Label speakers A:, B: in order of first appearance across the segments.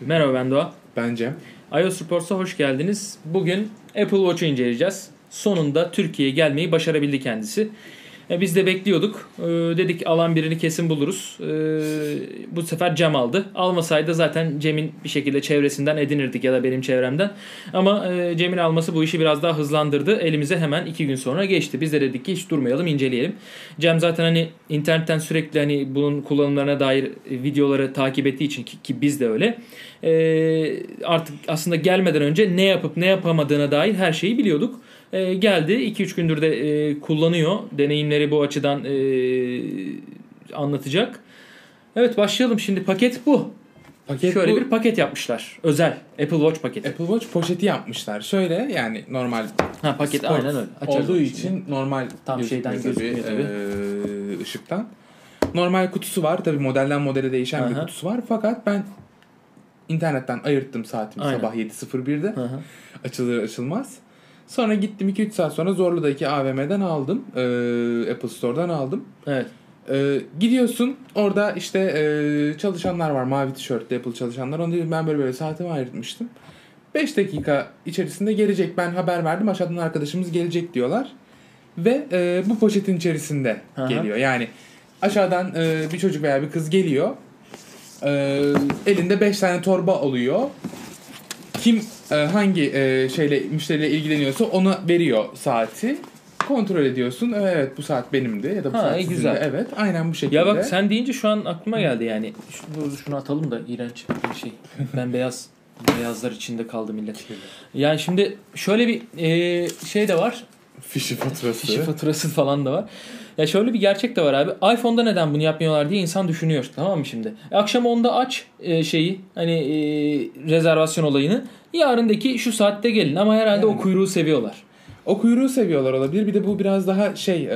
A: Merhaba ben Doğa.
B: Ben Cem.
A: iOS Reports'a hoş geldiniz. Bugün Apple Watch'u inceleyeceğiz. Sonunda Türkiye'ye gelmeyi başarabildi kendisi. E, biz de bekliyorduk. E, dedik alan birini kesin buluruz. E, bu sefer Cem aldı. Almasaydı zaten Cem'in bir şekilde çevresinden edinirdik ya da benim çevremden. Ama e, Cem'in alması bu işi biraz daha hızlandırdı. Elimize hemen iki gün sonra geçti. Biz de dedik ki hiç durmayalım inceleyelim. Cem zaten hani internetten sürekli hani bunun kullanımlarına dair videoları takip ettiği için ki, ki biz de öyle. E, artık aslında gelmeden önce ne yapıp ne yapamadığına dair her şeyi biliyorduk. E, geldi 2-3 gündür de e, kullanıyor. Deneyimleri bu açıdan e, anlatacak. Evet başlayalım şimdi paket bu.
B: Paket
A: Şöyle
B: bu
A: bir paket yapmışlar. Özel Apple Watch paketi.
B: Apple Watch poşeti yapmışlar. Şöyle yani normal
A: Ha paket
B: spor
A: aynen öyle. Açarız
B: olduğu
A: onu
B: için
A: şimdi.
B: normal
A: Tam
B: gözükmüyor
A: şeyden gözükmüyor
B: eee, ışıktan. Normal kutusu var. Tabi modelden modele değişen bir
A: Aha.
B: kutusu var. Fakat ben internetten ayırttım saatimi
A: Aynen.
B: sabah 7.01'de.
A: Hı hı.
B: Açılır açılmaz. Sonra gittim 2-3 saat sonra Zorlu'daki AVM'den aldım. Eee, Apple Store'dan aldım.
A: Evet.
B: Ee, gidiyorsun orada işte e, çalışanlar var mavi tişörtlü Apple çalışanlar. Onu diyor ben böyle böyle saatimi ayırtmıştım. 5 dakika içerisinde gelecek ben haber verdim aşağıdan arkadaşımız gelecek diyorlar. Ve e, bu poşetin içerisinde
A: Aha.
B: geliyor. Yani aşağıdan e, bir çocuk veya bir kız geliyor. E, elinde 5 tane torba oluyor. Kim e, hangi e, şeyle müşteriyle ilgileniyorsa ona veriyor saati. Kontrol ediyorsun. "Ee, Evet bu saat benimdi ya da bu
A: Ha,
B: saat
A: e,
B: sizin
A: güzel.
B: de. Evet aynen bu şekilde.
A: Ya bak sen deyince şu an aklıma geldi yani. Şu, dur, şunu atalım da iğrenç bir şey. Ben beyaz beyazlar içinde kaldı millet. Yani şimdi şöyle bir e, şey de var.
B: fişi faturası.
A: Kişi faturası falan da var. Ya şöyle bir gerçek de var abi. iPhone'da neden bunu yapmıyorlar diye insan düşünüyor. Tamam mı şimdi? E, Akşam 10'da aç e, şeyi hani e, rezervasyon olayını. Yarındaki şu saatte gelin ama herhalde
B: Yani.
A: o kuyruğu seviyorlar.
B: o kuyruğu seviyorlar olabilir. Bir de bu biraz daha şey e,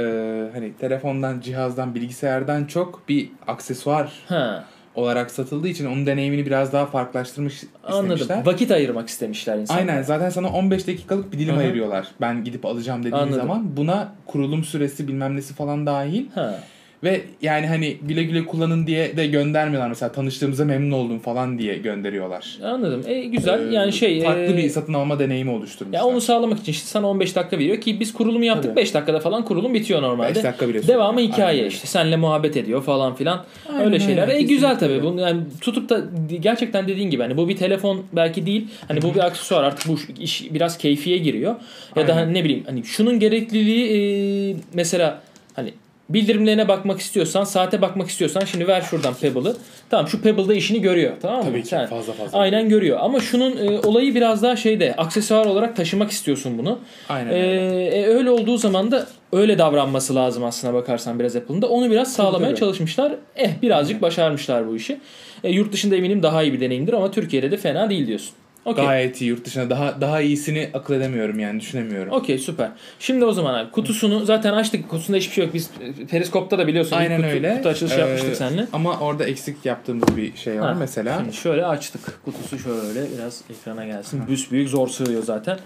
B: hani telefondan, cihazdan, bilgisayardan çok bir aksesuar
A: Ha.
B: olarak satıldığı için onun deneyimini biraz daha farklılaştırmış
A: Anladım.
B: istemişler.
A: Vakit ayırmak istemişler insanlar.
B: Aynen zaten sana 15 dakikalık bir dilim
A: Hı hı.
B: ayırıyorlar. Ben gidip alacağım dediğin
A: Anladım.
B: zaman buna kurulum süresi bilmem nesi falan dahil
A: Ha.
B: Ve yani hani güle güle kullanın diye de göndermiyorlar. Mesela tanıştığımıza memnun oldum falan diye gönderiyorlar.
A: Anladım. E, güzel.
B: Ee,
A: yani şey
B: Farklı
A: e,
B: bir satın alma deneyimi oluşturmuşlar.
A: ya onu sağlamak için işte sana 15 dakika veriyor ki biz kurulumu yaptık
B: Tabii.
A: 5 dakikada falan kurulum bitiyor normalde.
B: 5 dakika bile sürüyor.
A: Devamı hikaye
B: Aynen.
A: işte senle muhabbet ediyor falan filan.
B: Aynen,
A: Öyle şeyler.
B: aynen.
A: e güzel
B: Kesinlikle.
A: tabii. Bunu yani tutup da gerçekten dediğin gibi hani bu bir telefon belki değil. Hani bu bir aksesuar artık bu iş biraz keyfiye giriyor. Ya da
B: Aynen.
A: hani ne bileyim hani şunun gerekliliği e, mesela hani bildirimlerine bakmak istiyorsan, saate bakmak istiyorsan şimdi ver şuradan Pebble'ı. Tamam şu Pebble'da işini görüyor tamam mı?
B: Tabii ki
A: Sen-
B: fazla fazla.
A: Aynen görüyor ama şunun e, olayı biraz daha şeyde aksesuar olarak taşımak istiyorsun bunu.
B: Aynen.
A: Ee, e, öyle olduğu zaman da öyle davranması lazım aslına bakarsan biraz Apple'ın da. Onu biraz sağlamaya
B: tabii.
A: çalışmışlar. Eh birazcık başarmışlar bu işi. E, yurt dışında eminim daha iyi bir deneyimdir ama Türkiye'de de fena değil diyorsun. Okey.
B: Gayet iyi yurt dışına daha daha iyisini akıl edemiyorum yani düşünemiyorum.
A: Okey süper. Şimdi o zaman abi kutusunu zaten açtık. Kutusunda hiçbir şey yok. Biz e, periskopta da biliyorsun. ilk
B: Aynen
A: kutu,
B: öyle.
A: Kutu açılışı
B: Ee,
A: yapmıştık seninle.
B: Ama orada eksik yaptığımız bir şey var
A: Ha,
B: mesela.
A: Şimdi şöyle açtık. Kutusu şöyle biraz ekrana gelsin. Büsbüyük zor sığıyor zaten.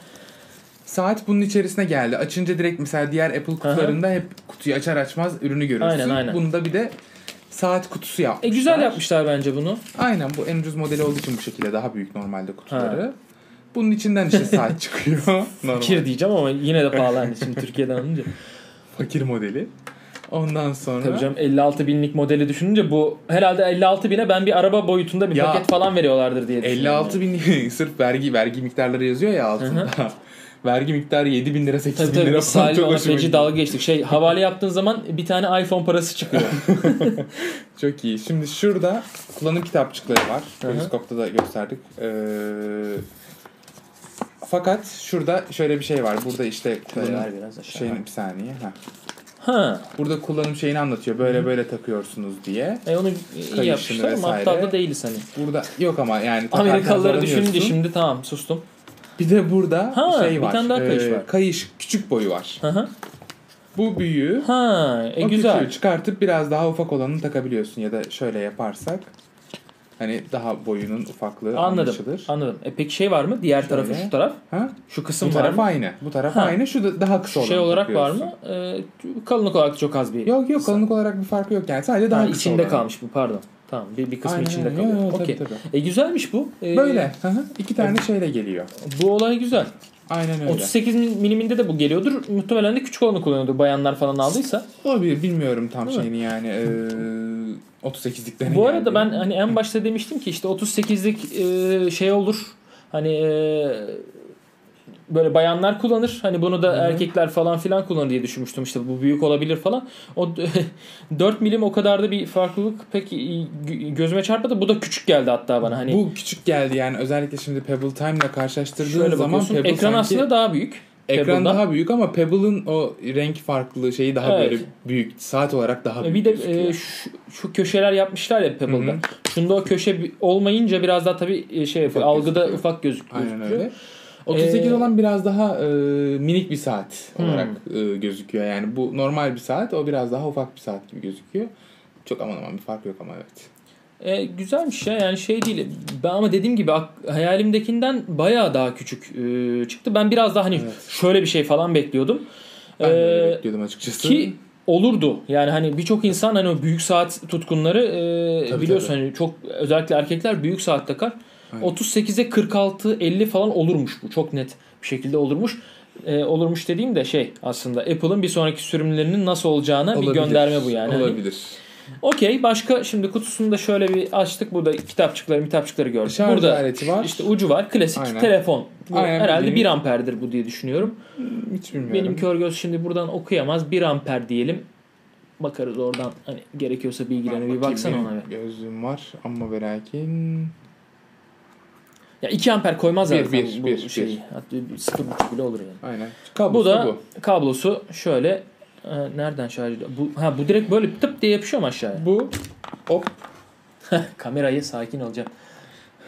B: Saat bunun içerisine geldi. Açınca direkt mesela diğer Apple kutularında hep kutuyu açar açmaz ürünü görürsün.
A: Aynen, aynen.
B: Bunda bir de saat kutusu yapmışlar.
A: E güzel yapmışlar bence bunu.
B: Aynen bu en ucuz modeli olduğu için bu şekilde daha büyük normalde kutuları. Bunun içinden işte saat çıkıyor. Normal.
A: Fakir
B: Fakir.
A: diyeceğim ama yine de pahalı hani şimdi Türkiye'den alınca.
B: modeli. Ondan sonra
A: Tabii canım 56 binlik modeli düşününce bu herhalde 56 bine ben bir araba boyutunda bir
B: Ya,
A: paket falan veriyorlardır diye düşünüyorum.
B: 56 bin sırf vergi vergi miktarları yazıyor ya altında. vergi miktarı 7 bin lira 8
A: Tabii
B: bin
A: tabii
B: lira
A: biz
B: falan
A: sahilde
B: çok
A: ona
B: hoşuma
A: feci
B: gidiyor.
A: dalga geçtik. Şey havale yaptığın zaman bir tane iPhone parası çıkıyor.
B: Çok iyi. Şimdi şurada kullanım kitapçıkları var.
A: Hı hı.
B: Periskop'ta da gösterdik. Ee, fakat şurada şöyle bir şey var. Burada işte kullanım
A: Ver biraz aşağı.
B: şeyini bir saniye. Heh.
A: Şey, Ha.
B: Burada kullanım şeyini anlatıyor. Böyle böyle takıyorsunuz diye.
A: E onu iyi
B: Kayışını
A: yapmışlar ama
B: vesaire.
A: aptal da değiliz hani.
B: Burada yok ama yani takarken
A: Amerikalıları düşününce
B: zorlanıyorsun.
A: şimdi tamam sustum.
B: Bir de burada
A: Ha,
B: şey
A: bir
B: var.
A: tane daha
B: Ee,
A: kayış var.
B: Kayış küçük boyu var.
A: Hı hı.
B: Bu büyüğü
A: Ha, e
B: o
A: güzel.
B: küçüğü çıkartıp biraz daha ufak olanını takabiliyorsun ya da şöyle yaparsak hani daha boyunun ufaklığı
A: Anladım.
B: anlaşılır.
A: Anladım. E peki şey var mı? Diğer tarafı
B: Şöyle.
A: şu taraf.
B: Ha?
A: Şu
B: Bu
A: kısım var
B: taraf
A: mı?
B: aynı. Bu taraf
A: Ha.
B: aynı. Şu da daha kısa
A: Şu
B: olan.
A: şey olarak var mı? E, kalınlık olarak çok az bir.
B: Yok yok kalınlık olarak bir farkı yok yani sadece daha
A: Ha,
B: kısa
A: içinde
B: olan.
A: kalmış bu pardon. Tamam bir, bir kısmı
B: Aynen
A: içinde
B: öyle.
A: kalıyor.
B: Yo, yo, tabii,
A: Okey.
B: tabii.
A: E, güzelmiş bu. E,
B: Böyle. Hı hı. İki tane şeyle geliyor.
A: Bu olay güzel.
B: Aynen öyle.
A: 38 miliminde de bu geliyordur. Muhtemelen de küçük olanı kullanıyordur bayanlar falan aldıysa.
B: Olabilir bilmiyorum tam
A: Değil mi?
B: şeyini yani. Ee, 38'liklerini.
A: Bu arada
B: geldi.
A: ben hani en başta demiştim ki işte 38'lik e, şey olur. Hani e, böyle bayanlar kullanır. Hani bunu da
B: Hı hı.
A: erkekler falan filan kullanır diye düşünmüştüm. İşte bu büyük olabilir falan. O 4 milim o kadar da bir farklılık pek iyi- gö- gözüme çarpmadı. Bu da küçük geldi hatta bana. Hani
B: Bu küçük geldi yani özellikle şimdi Pebble Time'la karşılaştırdığın
A: şöyle
B: zaman
A: bakıyorsun.
B: Pebble
A: Ekran
B: sanki-
A: aslında daha büyük.
B: ekran
A: Pebble'dan.
B: daha büyük ama Pebble'ın o renk farklılığı şeyi daha
A: Evet.
B: böyle büyük saat olarak daha büyük.
A: Bir de
B: gözüküyor.
A: e, şu, şu köşeler yapmışlar ya Pebble'da.
B: Hı hı.
A: Şunda o köşe bi- olmayınca biraz daha tabii e, şey yapıyor.
B: Ufak
A: algıda
B: gözüküyor.
A: ufak gözük- gözüküyor.
B: Aynen öyle. 38
A: Ee,
B: olan biraz daha e, minik bir saat
A: Hmm.
B: olarak e, gözüküyor. Yani bu normal bir saat, o biraz daha ufak bir saat gibi gözüküyor. Çok aman aman bir fark yok ama evet.
A: E, güzelmiş ya yani şey değil. Ben ama dediğim gibi ak- hayalimdekinden bayağı daha küçük e, çıktı. Ben biraz daha hani
B: Evet.
A: şöyle bir şey falan bekliyordum.
B: Ben de öyle
A: E,
B: bekliyordum açıkçası.
A: ki olurdu. Yani hani birçok insan hani o büyük saat tutkunları e,
B: Tabii,
A: biliyorsun
B: tabii.
A: hani çok özellikle erkekler büyük saat takar.
B: Aynen.
A: 38'e 46 50 falan olurmuş bu. Çok net bir şekilde olurmuş. E, olurmuş dediğim de şey aslında Apple'ın bir sonraki sürümlerinin nasıl olacağına bir
B: Olabilir.
A: gönderme bu yani. Hani
B: Olabilir.
A: Okey başka şimdi kutusunu da şöyle bir açtık. Burada kitapçıkları kitapçıkları gördük.
B: Şarj
A: Hani Burada
B: aleti var.
A: işte ucu var. Klasik
B: Aynen.
A: telefon. Bu
B: Aynen,
A: herhalde
B: bildiğin.
A: 1 amperdir bu diye düşünüyorum.
B: Hiç bilmiyorum.
A: Benim kör göz şimdi buradan okuyamaz. 1 amper diyelim. Bakarız oradan hani gerekiyorsa bilgilerine bir
B: Bakayım,
A: baksana
B: benim
A: ona. bir.
B: Gözlüğüm var ama ve lakin...
A: Ya 2 amper koymaz
B: Bir,
A: zaten
B: bir,
A: bu
B: bir,
A: şeyi.
B: bir.
A: Hatta 0.5 bile olur yani.
B: Aynen.
A: Bu
B: Kablosu
A: da
B: bu.
A: kablosu şöyle e, nereden şarj ediyor? Bu, ha, bu direkt böyle tıp diye yapışıyor mu aşağıya?
B: Bu hop
A: Kamerayı sakin alacağım.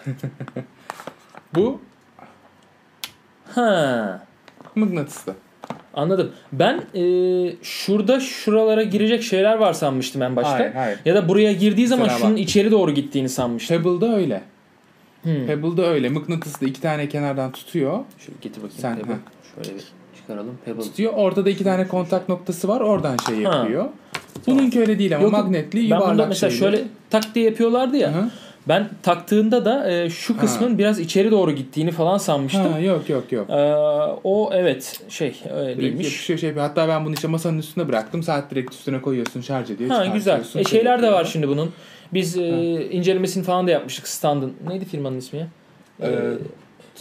B: bu
A: Ha.
B: mıknatıslı.
A: Anladım. Ben e, şurada şuralara girecek şeyler var sanmıştım en başta.
B: Hayır hayır.
A: Ya da buraya girdiği zaman
B: Mesela
A: şunun
B: bak.
A: içeri doğru gittiğini sanmıştım.
B: Pebble'da öyle.
A: Hmm.
B: Pebble'da öyle. Mıknatıslı iki tane kenardan tutuyor.
A: Şöyle getir bakayım.
B: Sen,
A: Pebble.
B: ha.
A: Şöyle bir çıkaralım. Pebble.
B: tutuyor. Ortada iki tane kontak noktası var. Oradan şey
A: Ha.
B: yapıyor. Bununki öyle değil ama
A: Yok,
B: magnetli
A: Ben
B: yuvarlak
A: bunda mesela
B: şeyli.
A: şöyle tak diye yapıyorlardı ya.
B: Hı.
A: Ben taktığında da e, şu
B: Ha.
A: kısmın biraz içeri doğru gittiğini falan sanmıştım.
B: Ha, yok yok yok.
A: E, o evet şey öyle
B: Direkt
A: değilmiş.
B: yapışıyor şey yapıyor. Hatta ben bunu işte masanın üstüne bıraktım. Saat direkt üstüne koyuyorsun şarj ediyor.
A: Ha güzel.
B: çıkartıyorsun,
A: E,
B: şöyle
A: şeyler de
B: yapıyor.
A: var şimdi bunun. Biz e, incelemesini falan da yapmıştık standın. Neydi firmanın ismi ya?
B: Ee,
A: E,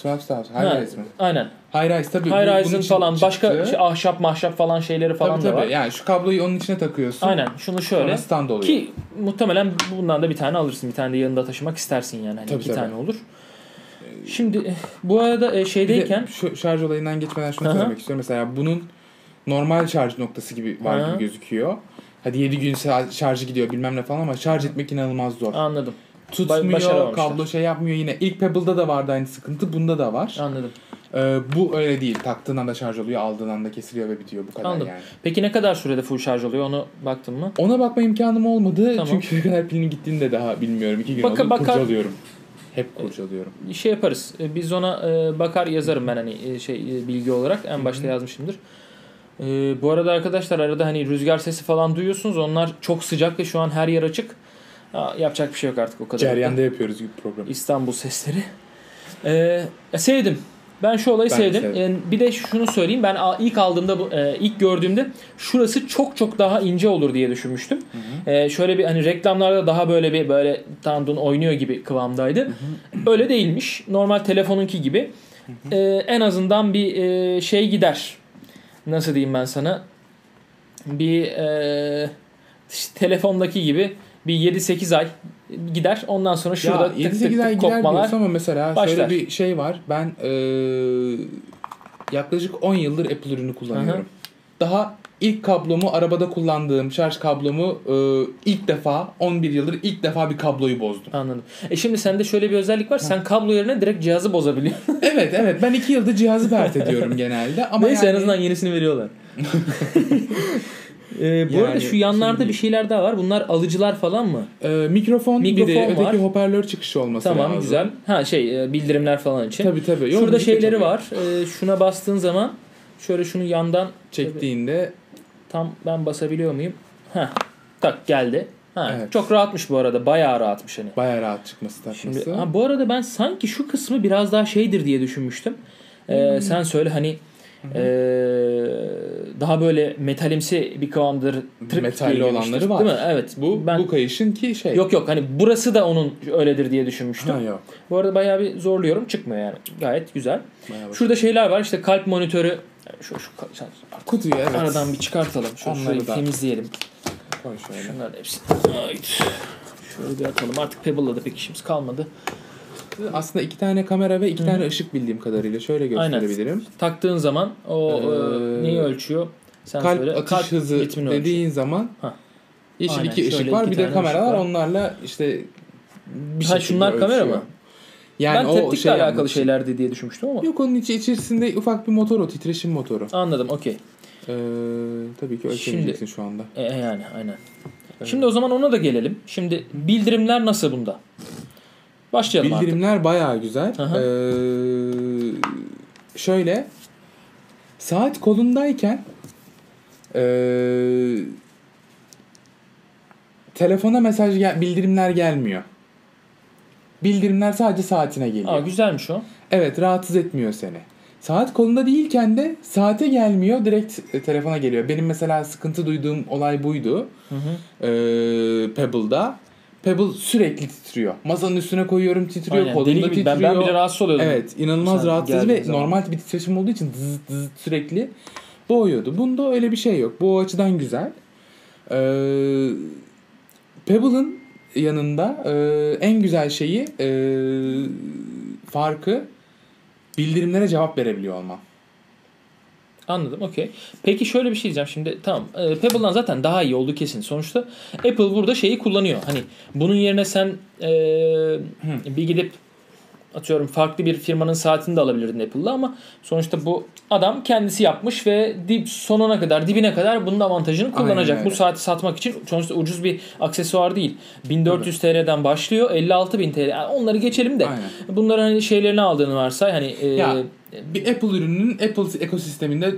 B: 12 Stars.
A: Ha,
B: High Rise mi?
A: Aynen.
B: High Rise tabii. bu- bunun
A: Hirizon
B: için
A: falan başka
B: çıktı.
A: şey, ahşap mahşap falan şeyleri falan
B: tabii,
A: da
B: tabii.
A: var.
B: Yani şu kabloyu onun içine takıyorsun.
A: Aynen şunu şöyle
B: Sonra stand oluyor.
A: ki muhtemelen bundan da bir tane alırsın. Bir tane de yanında taşımak istersin yani. Hani
B: Tabii,
A: iki
B: tabii.
A: tane olur. Şimdi eh, bu arada eh,
B: Bir de
A: şeydeyken
B: şu şarj olayından geçmeden şunu
A: Aha.
B: söylemek istiyorum. Mesela bunun normal şarj noktası gibi var
A: Aha.
B: gibi gözüküyor. Hadi 7 gün sa- şarjı gidiyor bilmem ne falan ama şarj etmek inanılmaz zor.
A: anladım.
B: Tutmuyor,
A: başaramamışlar.
B: kablo şey yapmıyor yine. İlk Pebble'da da vardı aynı sıkıntı. Bunda da var.
A: Anladım.
B: Ee, bu öyle değil. Taktığın anda şarj oluyor, aldığın anda kesiliyor ve bitiyor. Bu kadar
A: Anladım.
B: yani.
A: Peki ne kadar sürede full şarj oluyor onu baktın mı?
B: Ona bakma imkanım olmadı.
A: Tamam.
B: Çünkü ne kadar pilin gittiğini de daha bilmiyorum. İki gün
A: Baka-
B: oldu
A: bakar-
B: kurcalıyorum. Hep kurcalıyorum.
A: Şey yaparız. eh, Biz ona eh, bakar yazarım ben hani eh, şey eh, bilgi olarak en başta yazmışımdır. Eh, bu arada arkadaşlar arada hani rüzgar sesi falan duyuyorsunuz. Onlar çok sıcak ve şu an her yer açık. Ha, yapacak bir şey yok artık o kadar.
B: Ceryanda yapıyoruz gibi programı.
A: İstanbul sesleri. Ee, e, sevdim. Ben şu olayı
B: Ben de
A: sevdim.
B: sevdim.
A: Yani bir de şunu söyleyeyim. Ben a- ilk aldığımda bu e, ilk gördüğümde şurası çok çok daha ince olur diye düşünmüştüm. Ee, şöyle bir hani reklamlarda daha böyle bir böyle tandun oynuyor gibi kıvamdaydı. Öyle değilmiş. Normal telefonunki gibi. Ee, en azından bir e, şey gider. Nasıl diyeyim ben sana? Bir e, işte telefondaki gibi bir 7-8 ay gider. Ondan sonra şurada
B: Ya
A: tık
B: 7
A: tık
B: 8
A: tık
B: ay gider
A: kopmalar.
B: diyorsun ama mesela
A: başlar.
B: şöyle bir şey var. Ben eee, yaklaşık 10 yıldır Apple ürünü kullanıyorum.
A: Aha.
B: Daha ilk kablomu arabada kullandığım şarj kablomu eee, ilk defa 11 yıldır ilk defa bir kabloyu bozdum.
A: Anladım. E şimdi sende şöyle bir özellik var. Sen kablo yerine direkt cihazı bozabiliyorsun.
B: evet evet ben 2 yıldır cihazı pert ediyorum genelde ama
A: Neyse en
B: yani-
A: azından yenisini veriyorlar. E, bu arada
B: Yani
A: şu yanlarda
B: şimdi-
A: bir şeyler daha var. Bunlar alıcılar falan mı?
B: Eee, mikrofon, bir de
A: Mikrofon var.
B: öteki hoparlör çıkışı olması
A: Tamam
B: lazım.
A: güzel. Ha şey e, bildirimler falan için.
B: Tabii tabii. Yok,
A: Şurada
B: birlikte
A: şeyleri
B: çalıyor.
A: var. E, şuna bastığın zaman şöyle şunu yandan
B: Çektiğinde
A: tam ben basabiliyor muyum? Heh. Tak geldi. Ha,
B: Evet.
A: Çok rahatmış bu arada. Bayağı rahatmış hani.
B: Bayağı rahat çıkması takması.
A: Şimdi, ha, bu arada ben sanki şu kısmı biraz daha şeydir diye düşünmüştüm. Ee,
B: Hmm.
A: Sen söyle hani ee, daha böyle metalimsi bir kıvamdır. Tırk
B: Metalli
A: diye demiştir,
B: olanları var.
A: Değil mi? Evet.
B: bu
A: ben
B: bu kayışın ki şey.
A: yok yok hani burası da onun öyledir diye düşünmüştüm.
B: Ha, yok.
A: Bu arada bayağı bir zorluyorum çıkmıyor yani. Gayet güzel.
B: Bayağı bak-
A: Şurada şeyler var işte kalp monitörü. Şu, şu kalp- sen-
B: kutuyu evet.
A: Aradan bir çıkartalım. Şunu
B: Onları
A: şurayı
B: da.
A: temizleyelim.
B: koy şöyle.
A: Şunlar da hepsi. Ait. Şöyle bir atalım. Artık Pebble'la da pek işimiz kalmadı.
B: Aslında iki tane kamera ve iki tane ışık bildiğim kadarıyla şöyle
A: Aynen.
B: gösterebilirim.
A: Taktığın zaman o
B: Ee,
A: e, neyi ölçiyor? Sen
B: Kalp
A: söyle.
B: atış
A: Kalp
B: hızı
A: ritmini
B: dediğin zaman
A: Ha.
B: yeşil
A: Aynen,
B: iki
A: şöyle
B: ışık var
A: iki
B: bir de
A: tane
B: kameralar
A: ışık var.
B: onlarla işte bir
A: Ha,
B: şekilde
A: şunlar kamera
B: ölçüyor.
A: mı?
B: Yani
A: ben
B: o
A: tepkikle
B: şey
A: alakalı
B: yapmak için.
A: şeylerdi diye düşünmüştüm ama.
B: Yok onun içi içerisinde ufak bir motor o titreşim motoru.
A: Anladım okey.
B: Ee, tabii ki ölçemeyeceksin şu anda.
A: E, e, yani aynen. Şimdi o zaman ona da gelelim. Şimdi bildirimler nasıl bunda? Başlayalım artık.
B: Bildirimler bayağı güzel.
A: Aha.
B: Ee, şöyle saat kolundayken e, ee, telefona mesaj gel- bildirimler gelmiyor. Bildirimler sadece saatine geliyor.
A: Aa, güzelmiş o.
B: Evet rahatsız etmiyor seni. Saat kolunda değilken de saate gelmiyor direkt e, telefona geliyor. Benim mesela sıkıntı duyduğum olay buydu.
A: Hı hı.
B: Ee, Pebble'da. Pebble sürekli titriyor. Masanın üstüne koyuyorum titriyor.
A: Aynen,
B: Kolumda
A: deli gibi.
B: titriyor.
A: Ben, ben bile rahatsız oluyordum.
B: Evet inanılmaz
A: Sen
B: rahatsız ve
A: geldiğin zaman.
B: normal bir titreşim olduğu için dız dız sürekli boğuyordu. Bunda öyle bir şey yok. Bu o açıdan güzel. Ee, Pebble'ın yanında e, en güzel şeyi e, farkı bildirimlere cevap verebiliyor olmam.
A: Anladım okey. Peki şöyle bir şey diyeceğim şimdi tamam e, Pebble'dan zaten daha iyi oldu kesin. Sonuçta Apple burada şeyi kullanıyor. Hani bunun yerine sen e, bir gidip atıyorum farklı bir firmanın saatini de alabilirdin Apple'la ama sonuçta bu adam kendisi yapmış ve dip sonuna kadar dibine kadar bunun avantajını kullanacak.
B: Aynen
A: Bu
B: öyle.
A: saati satmak için sonuçta ucuz bir aksesuar değil. 1400 TL'den başlıyor 56.000 TL. Yani onları geçelim de.
B: Aynen.
A: Bunların hani şeylerini aldığını varsay hani e,
B: Ya, Bir Apple ürününün Apple ekosisteminde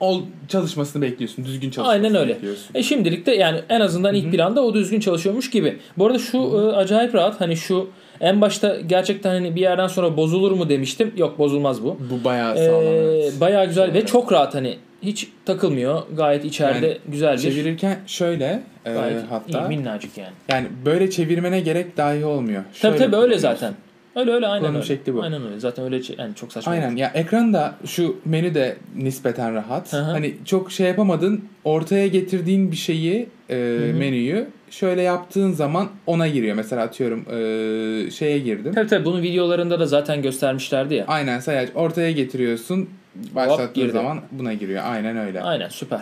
B: ol çalışmasını bekliyorsun. Düzgün çalışmasını
A: Aynen öyle.
B: bekliyorsun.
A: E şimdilik de yani en azından ilk planda o düzgün çalışıyormuş gibi. Bu arada şu e, acayip rahat hani şu en başta gerçekten hani bir yerden sonra bozulur mu demiştim. Yok bozulmaz bu.
B: Bu bayağı
A: E,
B: sağlam. evet.
A: bayağı güzel ve
B: Evet.
A: çok rahat hani hiç takılmıyor. Gayet içeride
B: Yani
A: güzel bir.
B: Çevirirken şöyle e,
A: gayet
B: hatta
A: iyi, minnacık yani.
B: yani böyle çevirmene gerek dahi olmuyor.
A: Tabii
B: Şöyle
A: tabii öyle
B: kullanıyorsun.
A: zaten. Öyle öyle aynen
B: Kullanım
A: öyle.
B: şekli bu.
A: Aynen öyle. Zaten öyle çe- yani çok saçma.
B: Aynen ya ekranda şu menü de nispeten rahat.
A: Hı hı.
B: Hani çok şey yapamadın ortaya getirdiğin bir şeyi e, menüyü şöyle yaptığın zaman ona giriyor. Mesela atıyorum e, şeye girdim.
A: Tabii tabii bunu videolarında da zaten göstermişlerdi ya.
B: Aynen sayaç ortaya getiriyorsun başlattığın
A: girdi.
B: zaman buna giriyor. Aynen öyle.
A: Aynen süper.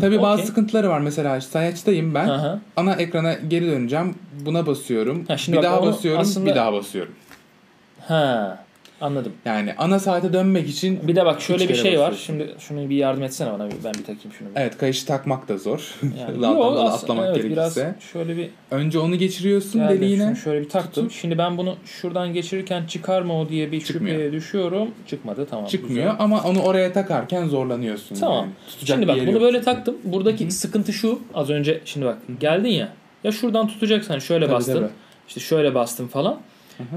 B: Tabii bazı
A: Okey.
B: sıkıntıları var. Mesela sayaçtayım ben.
A: Hı hı.
B: Ana ekrana geri döneceğim. Buna basıyorum.
A: Ha, şimdi
B: bir
A: bak
B: daha
A: onu
B: basıyorum.
A: aslında-
B: Bir daha basıyorum.
A: Ha. Anladım.
B: Yani ana saate dönmek için
A: Bir de bak şöyle
B: Üç
A: bir
B: kere
A: şey var.
B: basıyorsun.
A: Şimdi şunu bir yardım etsene bana. bir- Ben bir takayım şunu. bir.
B: Evet kayışı takmak da zor.
A: Yani-
B: Zaten
A: Yo,
B: dala
A: aslında
B: atlamak
A: evet,
B: gerekirse.
A: Biraz şöyle bir
B: Önce onu geçiriyorsun
A: geldi.
B: deliğine.
A: Şunu şöyle bir taktım.
B: tutup-
A: Şimdi ben bunu şuradan geçirirken çıkar mı o diye bir
B: Çıkmıyor.
A: şüpheye düşüyorum. Çıkmadı tamam.
B: Çıkmıyor
A: güzel.
B: ama onu oraya takarken zorlanıyorsun.
A: Tamam.
B: yani. Tutacak
A: Şimdi
B: bir
A: bak
B: yeri
A: bunu
B: yok.
A: böyle taktım. Buradaki sıkıntı şu. Az önce şimdi bak geldin ya. Ya şuradan tutacaksan şöyle
B: Tabii,
A: bastın.
B: tabii.
A: İşte şöyle bastın falan.